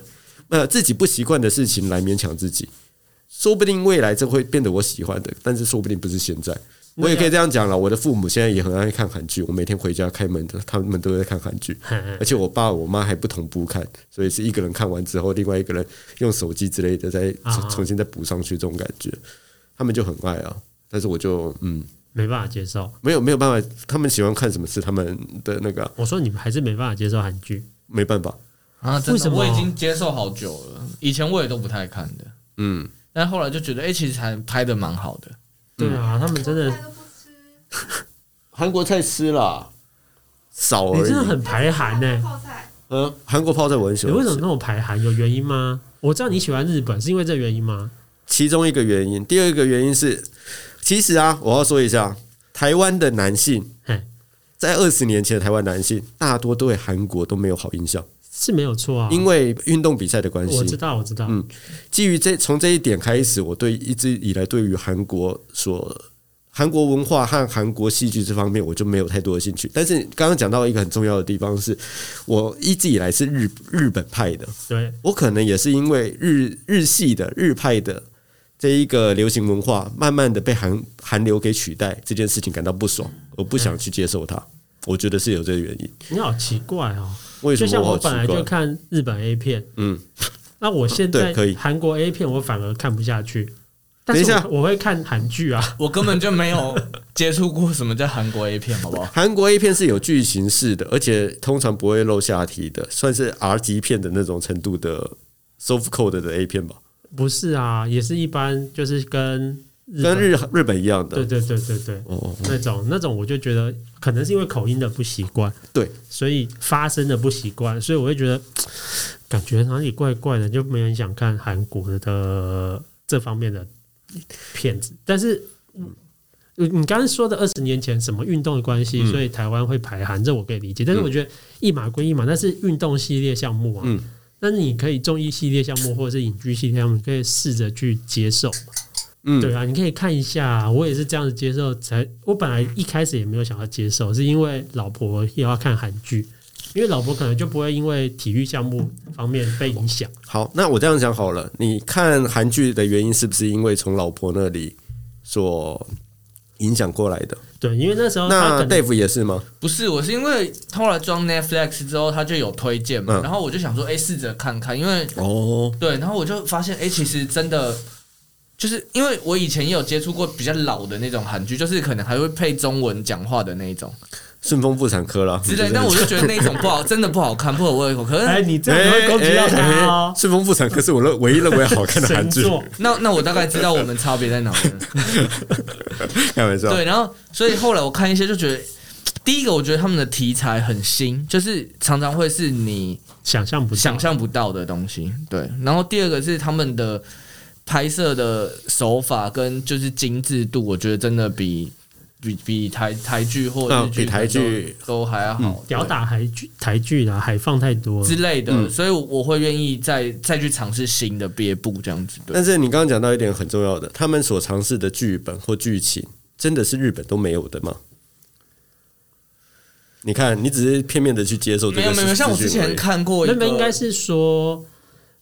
S1: 呃，自己不习惯的事情来勉强自己？说不定未来这会变得我喜欢的，但是说不定不是现在。我也可以这样讲了，我的父母现在也很爱看韩剧，我每天回家开门的，他们都在看韩剧，
S3: 嘿
S1: 而且我爸我妈还不同步看，所以是一个人看完之后，另外一个人用手机之类的再
S3: 啊
S1: 重重新再补上去，这种感觉，他们就很爱啊。但是我就嗯，
S3: 没办法接受。
S1: 没有没有办法，他们喜欢看什么是他们的那个啊、
S3: 我说你们还是没办法接受韩剧，
S1: 没办法。
S2: 啊，真的
S3: 为什么
S2: 我已经接受好久了，以前我也都不太看的，
S1: 嗯，
S2: 但后来就觉得，哎、其实还拍的蛮好的。
S3: 对啊，他们真的，
S4: 菜都不吃，
S1: 韩国菜吃啦，少
S3: 你
S1: 而
S3: 真的
S1: 已。
S3: 很排韩呢、
S4: 泡菜
S1: 嗯，韩国泡菜我很喜
S3: 你
S1: 欢
S3: 为什么
S1: 吃，
S3: 那么排韩？有原因吗？我知道你喜欢日本，是因为这原因吗？
S1: 其中一个原因，第二个原因是，其实啊，我要说一下，台湾的男性
S3: 嘿，
S1: 在二十年前的台湾男性，大多对韩国都没有好印象，
S3: 是没有错啊。
S1: 因为运动比赛的关
S3: 我知
S1: 系。
S3: 道，我知道，
S1: 嗯基于这从这一点开始，我对一直以来对于韩国所韩国文化和韩国戏剧这方面，我就没有太多的兴趣。但是刚刚讲到一个很重要的地方是，我一直以来是日日本派的，
S3: 对，
S1: 我可能也是因为日日系的日派的这一个流行文化，慢慢的被韩韩流给取代这件事情感到不爽，我不想去接受它。
S3: 嗯
S1: 我觉得是有这个原因。
S3: 你好奇怪哦。
S1: 为什
S3: 就
S1: 么
S3: 像
S1: 我好
S3: 我
S1: 奇
S3: 本来就
S1: 怪？
S3: 看日本 A 片，
S1: 嗯，
S3: 那我现
S1: 对
S3: 在
S1: 可以
S3: 韩国 A 片我反而看不下去，但
S1: 等
S3: 是
S1: 一下
S3: 我我会看韩剧啊，
S2: 我根本就没有接触过什么叫韩国 A 片，好 不好？
S1: 韩国 A 片是有剧情式的，而且通常不会露下体的，算是 R 级片的那种程度的 soft code 的 A 片吧，
S3: 不是啊，也是一般就是跟日
S1: 跟
S3: 本
S1: 日日本一样
S3: 对
S1: 的。
S3: 对对对对
S1: 哦，
S3: 那种那种我就觉得可能是因为口音的不习惯，
S1: 对，
S3: 所以发声的不习惯，所以我会觉得感觉哪里怪怪的，就没有很想看韩国的这方面的片子。但是，嗯你刚刚说的二十年前什么运动的关系，
S1: 嗯
S3: 所以台湾会排韩，这我可以理解。但是
S1: 嗯
S3: 我觉得一码归一码，那是运动系列项目啊。
S1: 嗯
S3: 但是你可以综艺系列项目或者是影剧系列项目，你可以试着去接受。
S1: 嗯，
S3: 对啊，你可以看一下，啊我也是这样子接受才。我本来一开始也没有想要接受，是因为老婆也要看韩剧，因为老婆可能就不会因为体育项目方面被影响。
S1: 好，那我这样讲好了，你看韩剧的原因是不是因为从老婆那里所影响过来的？
S3: 对，因为那时
S2: 呃
S3: 候他
S1: 那
S3: 可能
S1: Dave 也是吗？
S2: 不是，我是因为后来装 Netflix 之后，它就有推荐嘛，
S1: 嗯
S2: 然后我就想说，哎、试着看看，因为
S1: 哦，
S2: 对，然后我就发现，哎、其实真的就是因为我以前也有接触过比较老的那种韩剧，就是可能还会配中文讲话的那一种
S1: 顺丰妇产科啦
S2: 之类，但我就觉得那一种不好，真的不好看，不合胃口。可是
S3: 哎，你这
S1: 哎
S3: 样会攻击到
S1: 哎
S3: 他哦
S2: 啊
S1: 哎，顺丰妇产科是我认唯一认为好看的啊韩
S3: 神
S1: 剧，
S3: 作。
S2: 那那我大概知道我们差别在哪了。
S1: 开玩笑。
S2: 对，然后所以后来我看一些就觉得，第一个我觉得他们的题材很新，就是常常会是你
S3: 想象不到
S2: 想象不到的东西。对，然后第二个是他们的拍摄的手法跟就是精致度，我觉得真的比比比台台剧或日
S1: 嗯
S2: 剧、
S1: 比台剧
S2: 都还好，
S3: 屌
S2: 对
S3: 嗯打台剧台剧啦，海放太多了
S2: 之。类的，
S1: 嗯
S2: 所以我会愿意再再去尝试新的别部这样子。对。
S1: 但是你刚刚讲到一点很重要的，他们所尝试的剧本或剧情，真的是日本都没有的吗？你看，你只是片面的去接受这
S2: 没有
S1: 个
S2: 没有，像我
S1: 资
S2: 之
S1: 讯而已
S2: 前看过一
S3: 那
S2: 个，
S3: 边应该是说，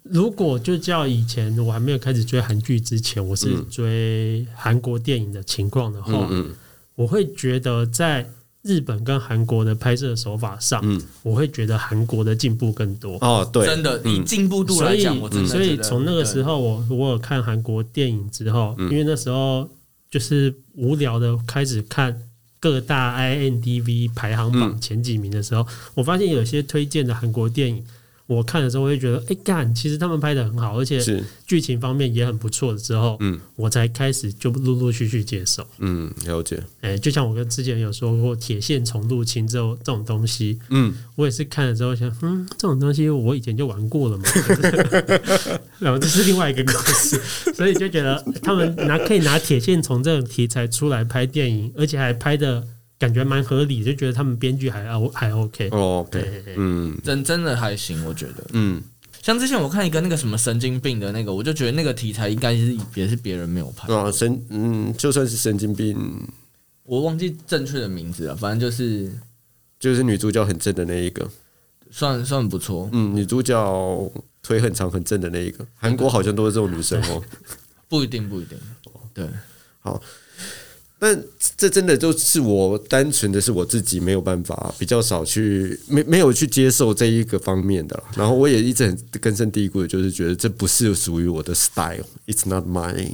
S3: 如果就叫以前我还没有开始追韩剧之前，我是追韩国电影的情况的话，
S1: 嗯
S3: 我会觉得在日本跟韩国的拍摄手法上，
S1: 嗯
S3: 我会觉得韩国的进步更多。
S1: 哦，对，
S2: 真的，以
S1: 嗯
S2: 进步度
S3: 所
S2: 来
S3: 以
S2: 讲，我真，的
S3: 所以
S2: 觉得
S3: 从那个
S2: 对嗯
S3: 时候我，我有看韩国电影之后，因为那时候就是无聊的开始看各大 INDV 排行榜前几名的时候，
S2: 嗯
S3: 我发现有些推荐的韩国电影，我看的时候我会觉得，哎、干，其实他们拍的很好，而且
S1: 是，
S3: 剧情方面也很不错。之后，
S1: 嗯
S3: 我才开始就陆陆续续接受。
S1: 嗯，了解，
S3: 哎、就像我跟之前有说过，铁线虫入侵之后这种东西，
S1: 嗯，
S3: 我也是看了之后想，嗯，这种东西我以前就玩过了嘛， 然后这是另外一个故事，所以就觉得他们拿可以拿铁线虫这种题材出来拍电影，而且还拍的感觉蛮合理，就觉得他们编剧还 O 还 OK。
S1: 哦
S3: 对
S1: ，OK，
S3: 对对
S1: 嗯
S2: 真真的还行，我觉得。
S1: 嗯，
S2: 像之前我看一个那个什么神经病的那个，我就觉得那个题材应该是也是别人没有拍，
S1: 啊，神，嗯，就算是神经病，
S2: 我忘记正确的名字了，反正就是
S1: 就是女主角很正的那一个，
S2: 算算不错，
S1: 嗯，女主角腿很长很正的那一个，韩国好像都是这种女生哦。
S2: 不一定不一定。对，
S1: 但这真的就是我单纯的是我自己没有办法，比较少去没没有去接受这一个方面的啦。然后我也一直很根深蒂固的，就是觉得这不是属于我的 style，it's not my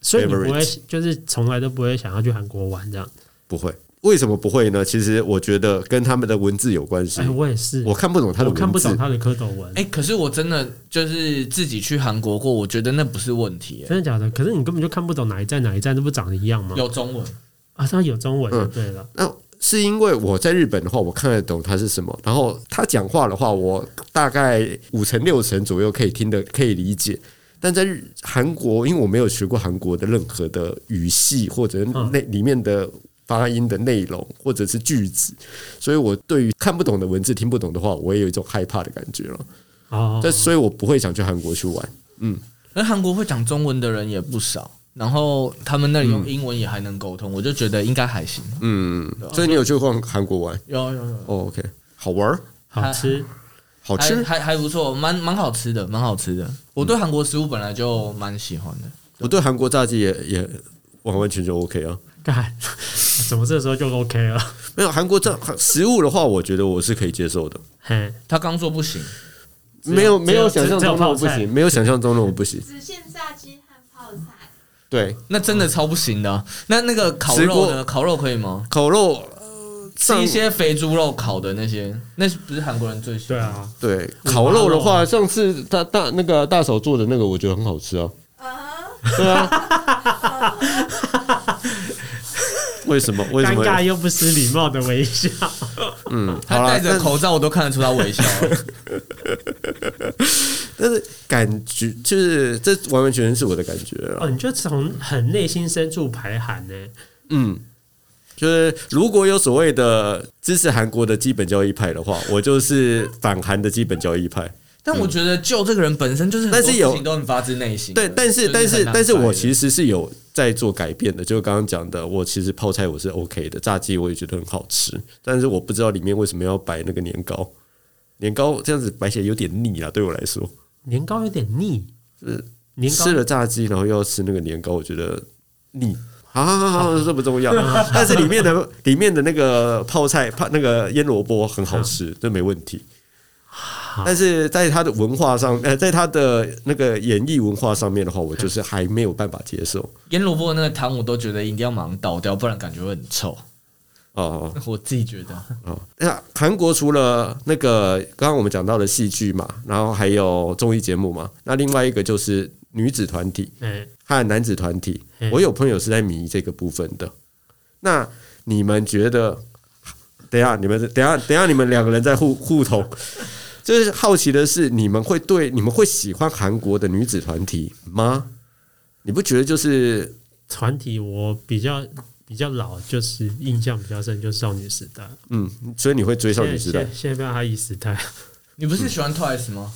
S3: 所以你不会
S1: Favorite
S3: 就是从来都不会想要去韩国玩这样。
S1: 不会。为什么不会呢？其实我觉得跟他们的文字有关系
S3: 哎、。我也是，
S1: 我看不懂他的
S3: 我看
S1: 文
S3: 不懂
S1: 字，
S3: 他的蝌蚪文。
S2: 哎、可是我真的就是自己去韩国过，我觉得那不是问题、欸
S3: 真的假的？可是你根本就看不懂哪一站哪一站，这不长得一样吗？
S2: 有中文，
S3: 啊，它有中文
S1: 嗯
S3: 就对了。
S1: 那是因为我在日本的话，我看得懂他是什么，然后他讲话的话，我大概五成六成左右可以听得可以理解。但在日韩国，因为我没有学过韩国的任何的语系或者那里面的发音的内容或者是句子，所以我对于看不懂的文字、听不懂的话，我也有一种害怕的感觉了。
S3: 哦，
S1: 但所以我不会想去韩国去玩。
S2: 而韩国会讲中文的人也不少，然后他们那里用英文也还能沟通，我就觉得应该还行。
S1: 嗯，所以你有去过韩国玩、
S2: 有有有，
S1: 哦、？OK，好玩儿，
S3: 好吃。
S1: 好吃
S2: 还。还还不错，蛮蛮好吃的，蛮好吃的。我对韩国食物本来就蛮喜欢的。
S1: 我对韩国炸鸡也也完完全全 OK 啊。
S3: 干， 怎么这时候就 OK 了？
S1: 没有韩国这食物的话，我觉得我是可以接受的，
S3: 嘿，
S2: 他刚说不行，
S3: 有
S1: 没有没有
S3: 只
S1: 想
S3: 有
S1: 象
S3: 只有
S1: 中那我
S3: 泡
S1: 不
S3: 菜
S1: 行，没有想象中那我不行。
S4: 只限炸鸡和泡菜。
S1: 对，
S2: 那真的超不行的啊、那那个烤肉呢？烤肉可以吗？
S1: 烤肉呃
S2: 吃
S1: 上
S2: 一些肥猪肉烤的那些，那是不是韩国人最喜
S3: 对
S2: 欢？
S3: 啊，
S1: 对烤肉的话，上次大大那个大手做的那个，我觉得很好吃啊。
S4: 啊，
S1: 对啊， 为什么？为什
S3: 尴
S1: 么？
S3: 尬又不失礼貌的微笑。
S1: 嗯，
S2: 他
S1: 好啦
S2: 戴着口罩，我都看得出他微笑了。
S1: 但是感觉就是这完完全全是我的感觉啊了
S3: 哦，。你就从很内心深处排韩呢、
S1: 嗯，就是如果有所谓的支持韩国的基本教义派的话，我就是反韩的基本教义派。
S2: 但我觉得就这个人本身就是，
S1: 但是有
S2: 都很发自内心的。
S1: 对，但是
S2: 就
S1: 但是但是我其
S2: 实
S1: 实是有在做改变的，就是刚刚讲的，我其实泡菜我是 OK 的，炸鸡我也觉得很好吃，但是我不知道里面为什么要摆那个年糕，年糕这样子摆起来有点腻啊，对我来说，
S3: 年糕有点腻，年糕
S1: 吃了炸鸡然后又要吃那个年糕，我觉得腻。好好好好，这不重要，但是里面的里面的那个泡菜泡那个腌萝卜很好吃，这没问题。但是在它的文化上，呃，在它的那个演艺文化上面的话，我就是还没有办法接受。
S2: 腌萝卜的那个汤，我都觉得一定要马上倒掉，不然感觉会很臭。
S1: 哦
S2: 我自己觉得，
S1: 哦，那韩国除了那个刚刚我们讲到的戏剧嘛，然后还有综艺节目嘛，那另外一个就是女子团体
S3: 哎
S1: 和男子团体
S3: 嗯。
S1: 我有朋友是在迷这个部分的。那你们觉得？等一下，你们等一下，等一下，你们两个人在互互通。就是好奇的是，你们会对你们会喜欢韩国的女子团体吗？你不觉得就是
S3: 团体我比较比较老，就是印象比较深，就是少女时代，
S1: 嗯，所以你会追上女
S3: 现
S1: 时
S3: 在
S1: 代？
S3: 现在变阿姨时代。
S2: 你不是喜欢 Twice 吗？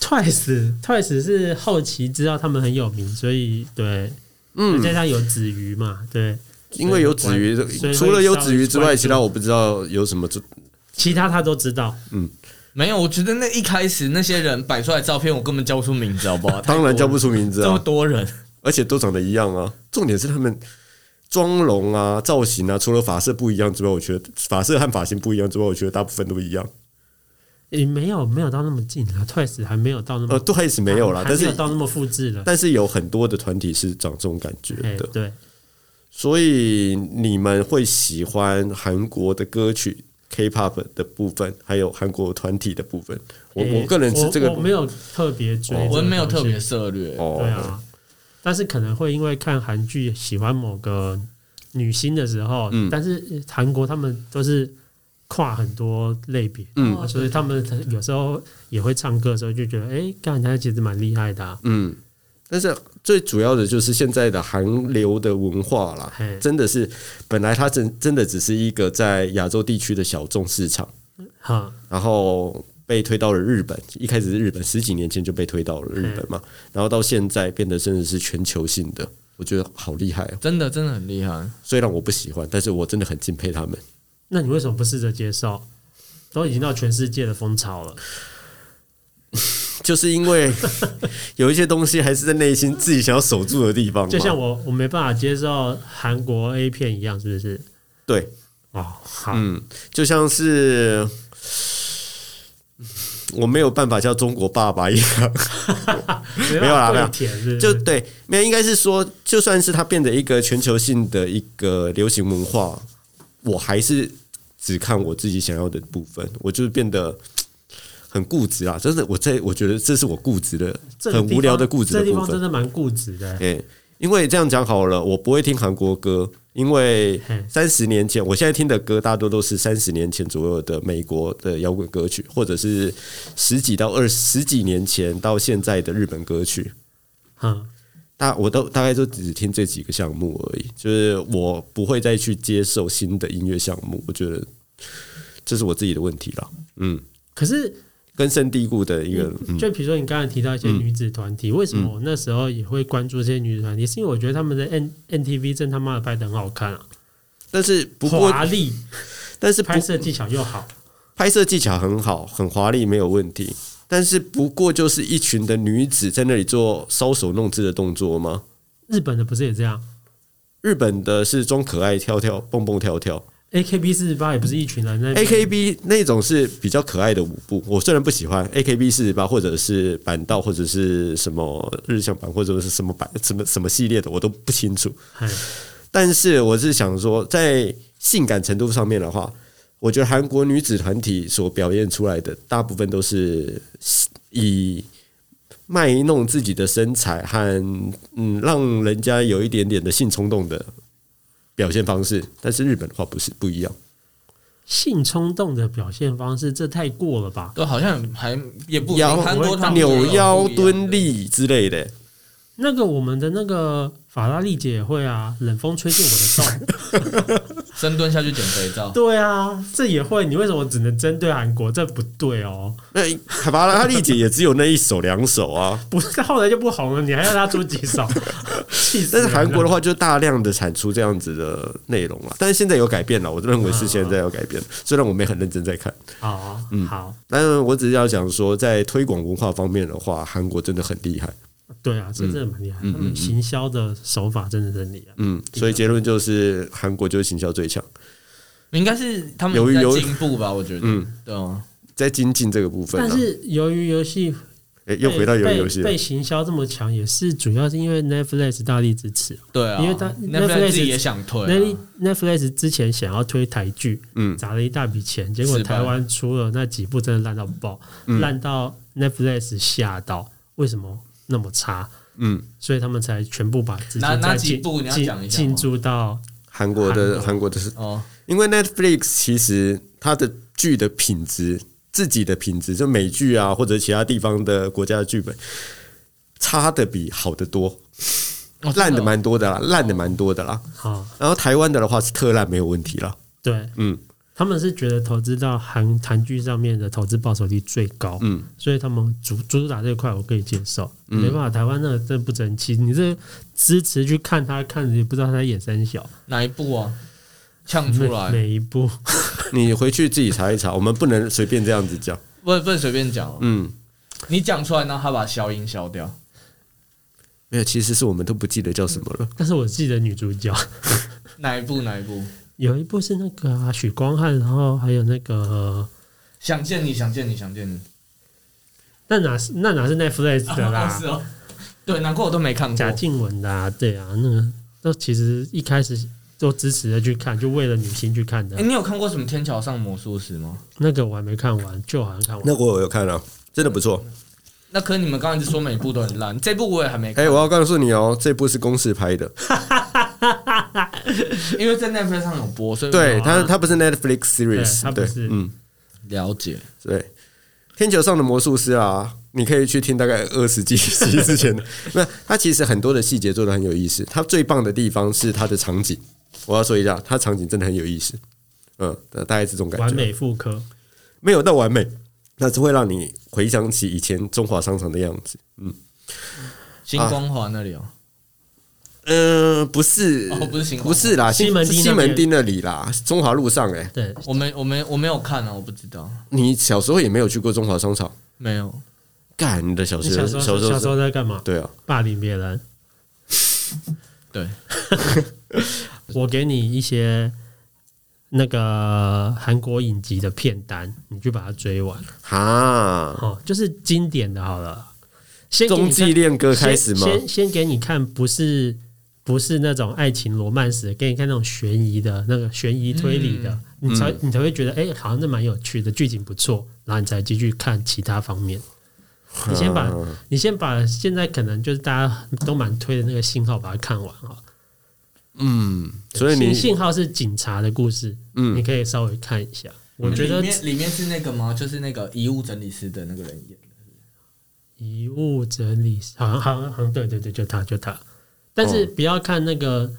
S3: Twice Twice 是后期知道他们很有名，所以对，
S1: 嗯，
S3: 再加上有子瑜嘛，对，
S1: 因为有子瑜
S3: 所以，会
S1: 除了有子瑜之
S3: 稍微
S1: 外，
S3: 关注
S1: 其他我不知道有什么。
S3: 其他他都知道。
S1: 嗯，
S2: 没有，我觉得那一开始那些人摆出来的照片，我根本叫不出名字，好不好？
S1: 当然叫不
S2: 出、
S1: 出名字
S2: 这么
S1: 啊，
S2: 多人，
S1: 而且都长得一样啊。重点是他们妆容啊、造型啊，除了发色不一样之外，我觉得发色和发型不一样之外，我觉得大部分都一样。
S3: 也没有没有到那么近啊，Twice 还没有到那么
S1: 呃，都还是没有啦，
S3: 还
S1: 但
S3: 没
S1: 是
S3: 有到那么复制了。
S1: 但是有很多的团体是长这种感觉
S3: 哎，
S1: 的，
S3: 对，
S1: 所以你们会喜欢韩国的歌曲。K-pop 的部分，还有韩国团体的部分，我、
S3: 哎
S1: 我个人是这个
S3: 我我没有特别追，
S2: 我没有特别，涉略。
S1: 哦
S3: 对啊，但是可能会因为看韩剧喜欢某个女星的时候，
S1: 嗯
S3: 但是韩国他们都是跨很多类别，
S1: 嗯
S4: 哦
S3: 所以他们有时候也会唱歌的时候就觉得，哎，干他其实蛮厉害的啊、
S1: 嗯，但是最主要的就是现在的韩流的文化啦
S3: 嘿，
S1: 真的是本来它真真的只是一个在亚洲地区的小众市场，
S3: 哈，
S1: 然后被推到了日本，一开始是日本，十几年前就被推到了日本嘛，然后到现在变得真的是全球性的，我觉得好厉害、哦。
S2: 真的真的很厉害，
S1: 虽然我不喜欢，但是我真的很敬佩他们。
S3: 那你为什么不试着接受？都已经到全世界的风潮了，
S1: 就是因 为有一些东西还是在内心自己想要守住的地方嘛，
S3: 就像我我没办法接受韩国 A 片一样，是不是？
S1: 对，
S3: 哦，好，
S1: 嗯，就像是我没有办法叫中国爸爸一样，
S3: 没
S1: 没有啦没有
S3: 甜是不是
S1: 就对，没有应该是说，就算是它变得一个全球性的一个流行文化，我还是只看我自己想要的部分，我就是变得。很固执啊！真的，我这我觉得这是我固执的，
S3: 这个
S1: 很
S3: 地
S1: 无聊
S3: 方
S1: 的固执的
S3: 这地
S1: 部
S3: 方真
S1: 分。
S3: 的蛮固执的、
S1: 哎、因为这样讲好了，我不会听韩国歌，因为
S3: 嗯
S1: 三十年前，我现在听的歌大多都是三十年前左右的美国的摇滚歌曲，或者是十几到二十几年前到现在的日本歌曲。
S3: 嗯，
S1: 大我都大概就只听这几个项目而已，就是我不会再去接受新的音乐项目，我觉得这是我自己的问题啦。嗯，
S3: 可是
S1: 根深蒂固的一个，嗯
S3: 就比如说你刚才提到一些女子团体，为什么我那时候也会关注这些女子团体？是因为我觉得他们的 N NTV 真他妈的拍的很好看啊，
S1: 但是不过，
S3: 华丽，
S1: 但是不
S3: 拍摄技巧又好，
S1: 拍摄技巧很好，很华丽，没有问题。但是不过就是一群的女子在那里做搔首弄姿的动作吗？
S3: 日本的不是也这样
S1: 日本的是装可爱跳跳蹦蹦跳跳
S3: ？AKB 四十八也不是一群人在那边
S1: ，AKB 那种是比较可爱的舞步。我虽然不喜欢 AKB 四十八或者是板道或者是什么日向版或者是什么版什么什么系列的，我都不清楚。
S3: 哎
S1: 但是我是想说，在性感程度上面的话，我觉得韩国女子团体所表现出来的大部分都是以卖弄自己的身材和嗯让人家有一点点的性冲动的表现方式，但是日本的话不是不一样。
S3: 性冲动的表现方式，这太过了吧？
S2: 对，好像还也不一
S1: 腰
S2: 定韩国团体也有
S1: 扭
S2: 不一样
S1: 腰
S2: 的
S1: 蹲立之类的，
S3: 那个我们的那个法拉利姐也会啊，冷风吹进我的洞，
S2: 深蹲下去捡肥皂，
S3: 对啊，这也会。你为什么只能针对韩国？这不对哦，
S1: 那海巴拉丽姐也只有那一手两手啊。
S3: 不 是后来就不红了，你还要他出几 首？气死
S1: 但
S3: 人
S1: 是
S3: 了！
S1: 韩国的话，就大量的产出这样子的内容了。但是现在有改变了，我认为是现在有改
S3: 啊
S1: 变。虽然我没很认真在看，
S3: 好，啊好，
S1: 但是我只是要讲说，在推广文化方面的话，韩国真的很厉害。
S3: 对啊，这真的蛮厉害，他们行销的手法真的是很厉害。
S1: 嗯，所以结论就是韩国就是行销最强，
S2: 应该是他们
S1: 由于
S2: 在
S1: 有
S2: 进步吧？我觉得，对
S1: 嗯
S2: 啊，
S1: 在精进这个部分、
S3: 但
S1: 啊，
S3: 是由于游戏
S1: 诶又回到游
S3: 被
S1: 游戏了
S3: 被。行销这么强，也是主要是因为 Netflix 大力支持。
S2: 对啊，
S3: 因为他
S2: Netflix
S3: Netflix
S2: 自己也想退、
S3: Net-
S2: 啊，
S3: Netflix 之前想要推台剧，
S1: 嗯
S3: 砸了一大笔钱，结果
S2: 失败嗯
S3: 台湾出了那几部真的烂到爆，烂到 Netflix 吓到，为什么那么差？
S1: 嗯，
S3: 所以他们才全部把资金
S2: 哪哪
S3: 再
S2: 几
S3: 进
S2: 部你要
S3: 进
S2: 讲一下
S3: 进
S2: 吗
S3: 驻到
S1: 韩国的
S3: 韩
S1: 韩国的是，
S2: 哦，
S1: 因为 Netflix 其实它的剧的品质，自己的品质，就美剧啊或者其他地方的国家的剧本，差的比好的多。
S2: 哦
S1: 烂的？
S2: 真哦
S1: 蛮多的啦，烂的蛮多的啦。
S3: 啊，
S1: 然后台湾的的话是特烂没有问题啦，
S3: 对，
S1: 嗯，
S3: 他们是觉得投资到韩韩剧上面的投资报酬率最高，
S1: 嗯，
S3: 所以他们主主打这一块我可以接受，
S2: 嗯
S3: 没办法，台湾那个真的不争气，你这支持去看他看着也不知道他在演三小，
S2: 哪一部啊？呛出
S3: 每
S2: 来，
S3: 每一部，
S1: 你回去自己查一查，我们不能随便这样子讲。
S2: 不能不能随便讲哦，
S1: 嗯，
S2: 你讲出来，然后他把消音消掉。
S1: 没有，其实是我们都不记得叫什么了。
S3: 但是我记得女主角
S2: 哪一部？哪一部？
S3: 有一部是那个啊许光汉，然后还有那个，
S2: 想见你，想见你，想见你。
S3: 那哪是那哪是 Netflix 的啦？
S2: 是 哦，对，难怪我都没看
S3: 贾
S2: 过。
S3: 静雯的、啊，对啊，那个都其实一开始都支持着去看，就为了女星去看的啊
S1: 嗯
S2: 哎、。你有看过什么《天桥上魔术师》吗？
S3: 那个我还没看完，就好像看完。
S1: 那个我有看了、真的不错。
S2: 那可是你们刚才一直说每部都很烂，这部我也还没
S1: 哎、
S2: 看，
S1: 我要告诉你哦，这部是公式拍的，
S2: 因为在 Netflix 上有播，所以
S1: 哎对，
S2: 我
S1: 它它不是 Netflix
S3: 对
S1: series，
S3: 它不
S1: 对
S3: 是
S1: 嗯，
S2: 了解。
S1: 对。天球上的魔术师啊，你可以去听大概二十 几集之前的。那它其实很多的细节做的很有意思，它最棒的地方是它的场景。我要说一下，它场景真的很有意思，嗯，大概是这种感觉。
S3: 完美妇科，
S1: 没有到完美，那是会让你回想起以前中华商场的样子。
S2: 星光华那里哦，
S1: 呃，不是，
S2: 哦不是新光
S1: 不是啦，
S3: 西门町那边
S1: 西门町那里啦，中华路上哎、
S3: 对，
S2: 我没我没我没有看啊，我不知道，
S1: 你小时候也没有去过中华商场？
S2: 没有。
S1: 干，你的小
S3: 你
S1: 时
S3: 小
S1: 候，
S3: 时候
S1: 小时候
S3: 小时
S1: 是，
S3: 候在干嘛？
S1: 对啊，
S3: 霸凌别人。
S2: 对，
S3: 我给你一些那个韩国影集的片单，你去把它追完。
S1: 哈，
S3: 哦，就是经典的好了。先给你
S1: 中
S3: 看
S1: 继恋歌开始吗？
S3: 先先先给你看，不是不是那种爱情罗曼史，给你看那种悬疑的那个悬疑推理的，
S1: 嗯
S3: 你才你才会觉得，哎、好像是蛮有趣的，剧情不错，然后你才继续看其他方面。你先把你先把现在可能就是大家都蛮推的那个信号把它看完啊。
S1: 嗯，所以你嗯
S3: 信信号是警察的故事，你可以稍微看一下。我觉得
S2: 里面里面是那个吗？就是那个遗物整理师的那个人演的。
S3: 遗物整理师，好像好像好像对对对，就他就他，但
S1: 哦
S3: 是不要看那个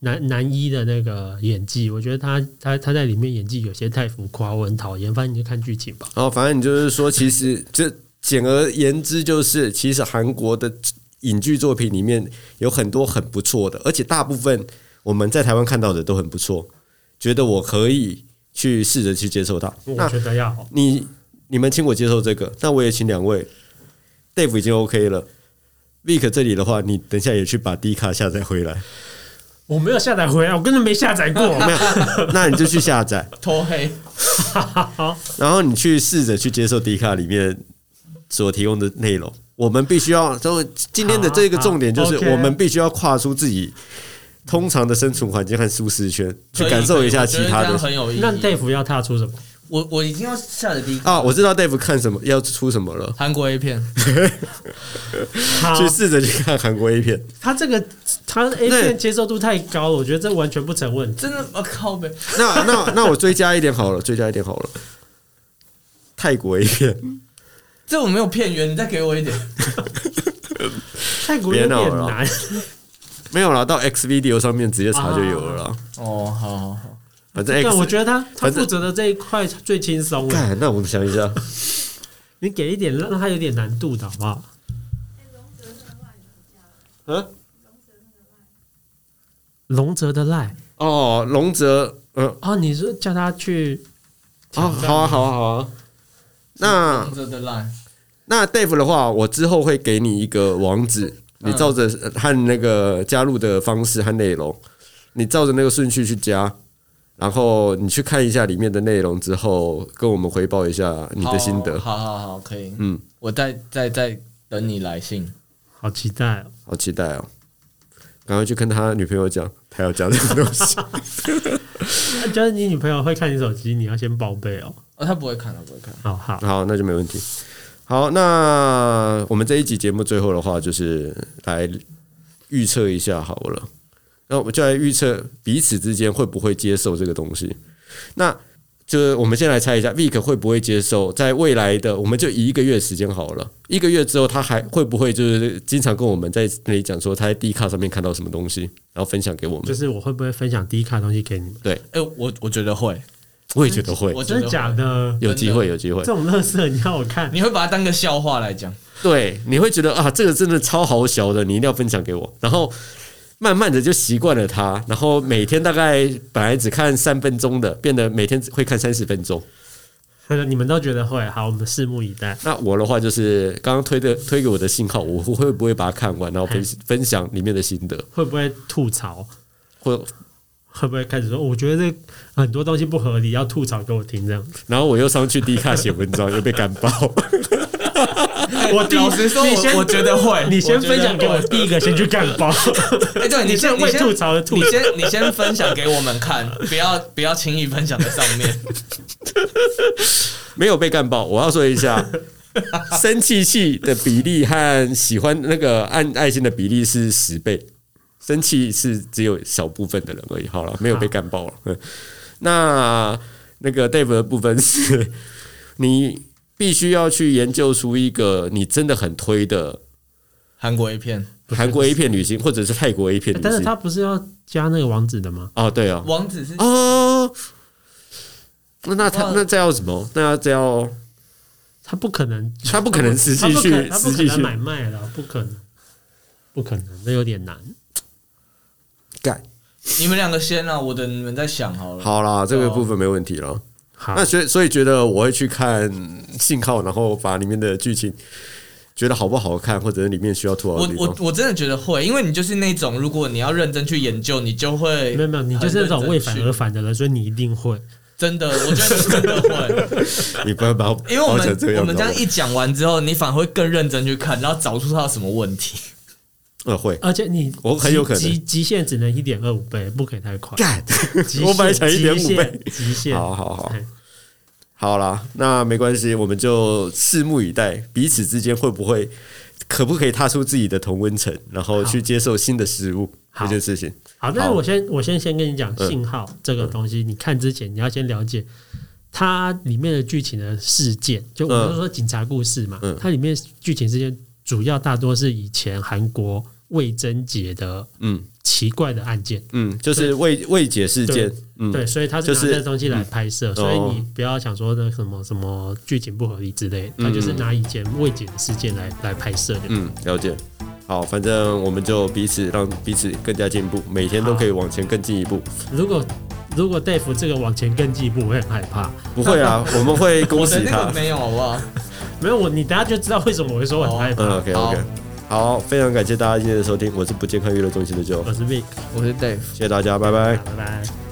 S3: 男男一的那个演技，我觉得他他他在里面演技有些太浮夸，我很讨厌。反正你就看剧情吧。
S1: 哦，反正你就是说，其实这简而言之就是，其实韩国的影剧作品里面有很多很不错的，而且大部分我们在台湾看到的都很不错，觉得我可以去试着去接受它。
S3: 我
S1: 那
S3: 觉得要
S1: 你你们请我接受这个，那我也请两位，Dave 已经 OK 了。Vic 这里的话，你等一下也去把 D 卡下载回来，
S3: 我没有下载回来，我根本没下载过。
S1: 没有， 那你就去下载，
S2: 拖黑，
S1: 然后你去试着去接受迪卡里面所提供的内容。我们必须要，就今天的这个重点就是
S3: 好好，，OK
S1: 我们必须要跨出自己通常的生存环境和舒适圈，去感受一下其他
S2: 可以可以我觉得这样
S3: 嗯
S1: 的。
S2: 很有意义。
S3: 那戴夫要踏出什么？
S2: 我我已经要下的第一个
S1: 啊，我知道 Dave 看什么要出什么了，
S2: 韩国 A 片，
S3: 好，
S1: 去试着去看韩国 A 片。
S3: 他这个他 A
S1: 对
S3: 片接受度太高了，我觉得这完全不成问题。
S2: 真的我靠呗！
S1: 那那那我追加一点好了，追加一点好了。泰国 A 片，
S2: 这我没有片源，你再给我一点。
S3: 泰国有
S1: 别闹
S3: 点
S1: 了啊
S3: 难，
S1: 没有啦，到 X Video 上面直接查就有了啦。
S2: 哦，好好好，
S1: 反 正
S3: 但
S1: X，
S3: 啊我觉得他他
S1: 哎反正
S3: 负责的这一块最轻松了。
S1: 干，那我们想一下，
S3: 你给一点让他有点难度的好不好？
S1: 嗯，
S3: 龙泽的赖
S1: 哦，龙泽，嗯，
S3: 哦，你说叫他去
S1: 哦，好啊，好啊，好啊。那
S2: 这的烂，
S1: 那 Dave 的话，我之后会给你一个网址，你照着呃和那个加入的方式和内容，你照着那个顺序去加，然后你去看一下里面的内容之后，跟我们回报一下你的心得。
S2: 好好好，可以。
S1: 嗯，
S2: 我再再再等你来信。
S3: 好期待、哦，
S1: 好期待哦！赶快去跟他女朋友讲，他要加这个东西。
S3: 就是你女朋友会看你手机，你要先报备哦。
S2: 哦，他不会看，他不会看。
S3: 好好，
S1: 好，那就没问题。好，那我们这一集节目最后的话，就是来预测一下好了。那我们就来预测彼此之间会不会接受这个东西。那就是我们先来猜一下，Vic 会不会接受？在未来的，我们就以一个月时间好了。一个月之后，他还会不会就是经常跟我们在那里讲说他在 D 卡上面看到什么东西，然后分享给我
S3: 就
S1: 们？
S3: 是我会不会分享第一卡东西给你们？
S2: 哎，我我觉得会，
S1: 我也觉得会
S2: 我，觉
S3: 真
S2: 得
S3: 的
S2: 会
S3: 假？的？
S1: 有机会，有机会
S3: 这。种乐色你要我看？
S2: 你会把它当个笑话来讲，
S1: 对，你会觉得啊，这个真的超好笑的，你一定要分享给我。然后慢慢的就习惯了它，然后每天大概本来只看三分钟的，变得每天只会看三十分钟。
S3: 你们都觉得会，好，我们拭目以待。
S1: 那我的话就是刚刚推的推给我的信号，我会不会把它看完，然后分分享里面的心得，
S3: 会不会吐槽？
S1: 或
S3: 会不会开始说，我觉得这很多东西不合理，要吐槽给我听这样？
S1: 然后我又上去 D 卡写文章，又被干爆。
S3: 我第一
S2: 老实说，
S3: 你先
S2: 我我觉得会，
S3: 你先
S2: 觉得
S3: 分享给我
S2: 会
S3: 第一个，先去干 包。
S2: 哎，对，
S3: 你
S2: 先
S3: 先
S2: 你
S3: 为
S2: 先
S3: 吐槽而吐
S2: 你先你先分享给我们看， 不要不要轻易分享在上面。
S1: 没有被干爆。我要说一 下，生气气的比例和喜欢那个按爱心的比例是十倍，生气是只有小部分的人而已。好了，没有被干爆了。嗯那那个 Dave 的部分是，你必须要去研究出一个你真的很推的
S2: 韩国 A 片
S1: 韩国 A 片旅行，或者是泰国 A 片旅
S3: 哎但是他
S1: 行。
S3: 不是要加那个网址的吗？
S1: 哦，对哦，
S2: 网址是
S1: 哦，那那他
S2: 哇
S1: 那这要什么？那要这要
S3: 他不可能，
S1: 他不可能实
S3: 他
S1: 际
S3: 不可
S1: 去
S3: 能，他不
S1: 实
S3: 可
S1: 际
S3: 能
S1: 去
S3: 买卖了，不可能，不可能，这有点难。
S1: 干。
S2: 你们两个先啊，我的你们再想好
S1: 嗯
S2: 了。
S1: 好啦，这个部分没问题了。
S2: 啊
S3: 好
S1: 那，所以所以觉得我会去看信号，然后把里面的剧情觉得好不好看，或者是里面需要吐槽
S2: 我
S1: 的地
S2: 我
S1: 方。
S2: 我真的觉得会，因为你就是那种，如果你要认真去研究，你就会
S3: 没有没有，你就是那种为反而反的人，所以你一定会。
S2: 真的，我觉得你真的会，
S1: 你不要把我
S2: 因为我
S1: 搞成
S2: 们
S1: 这样，
S2: 我们这样
S1: 知道吗
S2: 一讲完之后，你反而会更认真去看，然后找出它有什么问题。
S1: 呃会
S3: 而且你
S1: 我很有可能
S3: 极极极限只能一点二五倍，不可以太快。
S1: 干，
S3: 极限
S1: 我本来想一点五
S3: 极
S1: 倍
S3: 限。极限。
S1: 好好好
S3: 哎，
S1: 好啦，那没关系，我们就拭目以待，彼此之间会不会可不可以踏出自己的同温层，然后去接受新的事物
S3: 好
S1: 这件事情。
S3: 好，那
S1: 好
S3: 我先我先先跟你讲
S1: 嗯
S3: 信号这个东西，你看之前你要先了解它里面的剧情的事件，就
S1: 嗯
S3: 我们都说警察故事嘛，
S1: 嗯
S3: 它里面剧情事件主要大多是以前韩国魏贞杰的
S1: 嗯
S3: 奇怪的案件，
S1: 嗯，就是未未解事件，嗯，
S3: 对，所以他是
S1: 就
S3: 拿
S1: 是
S3: 这东西来拍摄，所
S1: 哦
S3: 以你不要想说那什么什么剧情不合理之类的，他
S1: 嗯
S3: 就是拿以前未解的事件来来拍摄的。
S1: 嗯，了解。好，反正我们就彼此让彼此更加进步，每天都可以往前更进一步。
S3: 如果如果戴夫这个往前更进一步，我会很害怕。
S1: 不会 啊，我们会恭
S2: 我的
S1: 喜
S2: 那
S1: 他
S2: 个。没有好不好？
S3: 没有我，你等下就知道为什么我会说我很害怕。
S1: 嗯 ，OK OK，好，非 常感谢大家今天的收听，我是不健康娱乐中心的 Joe，
S3: 我是 Vic，
S2: 我是 Dave。
S1: 谢谢大家，拜拜。
S3: 拜拜。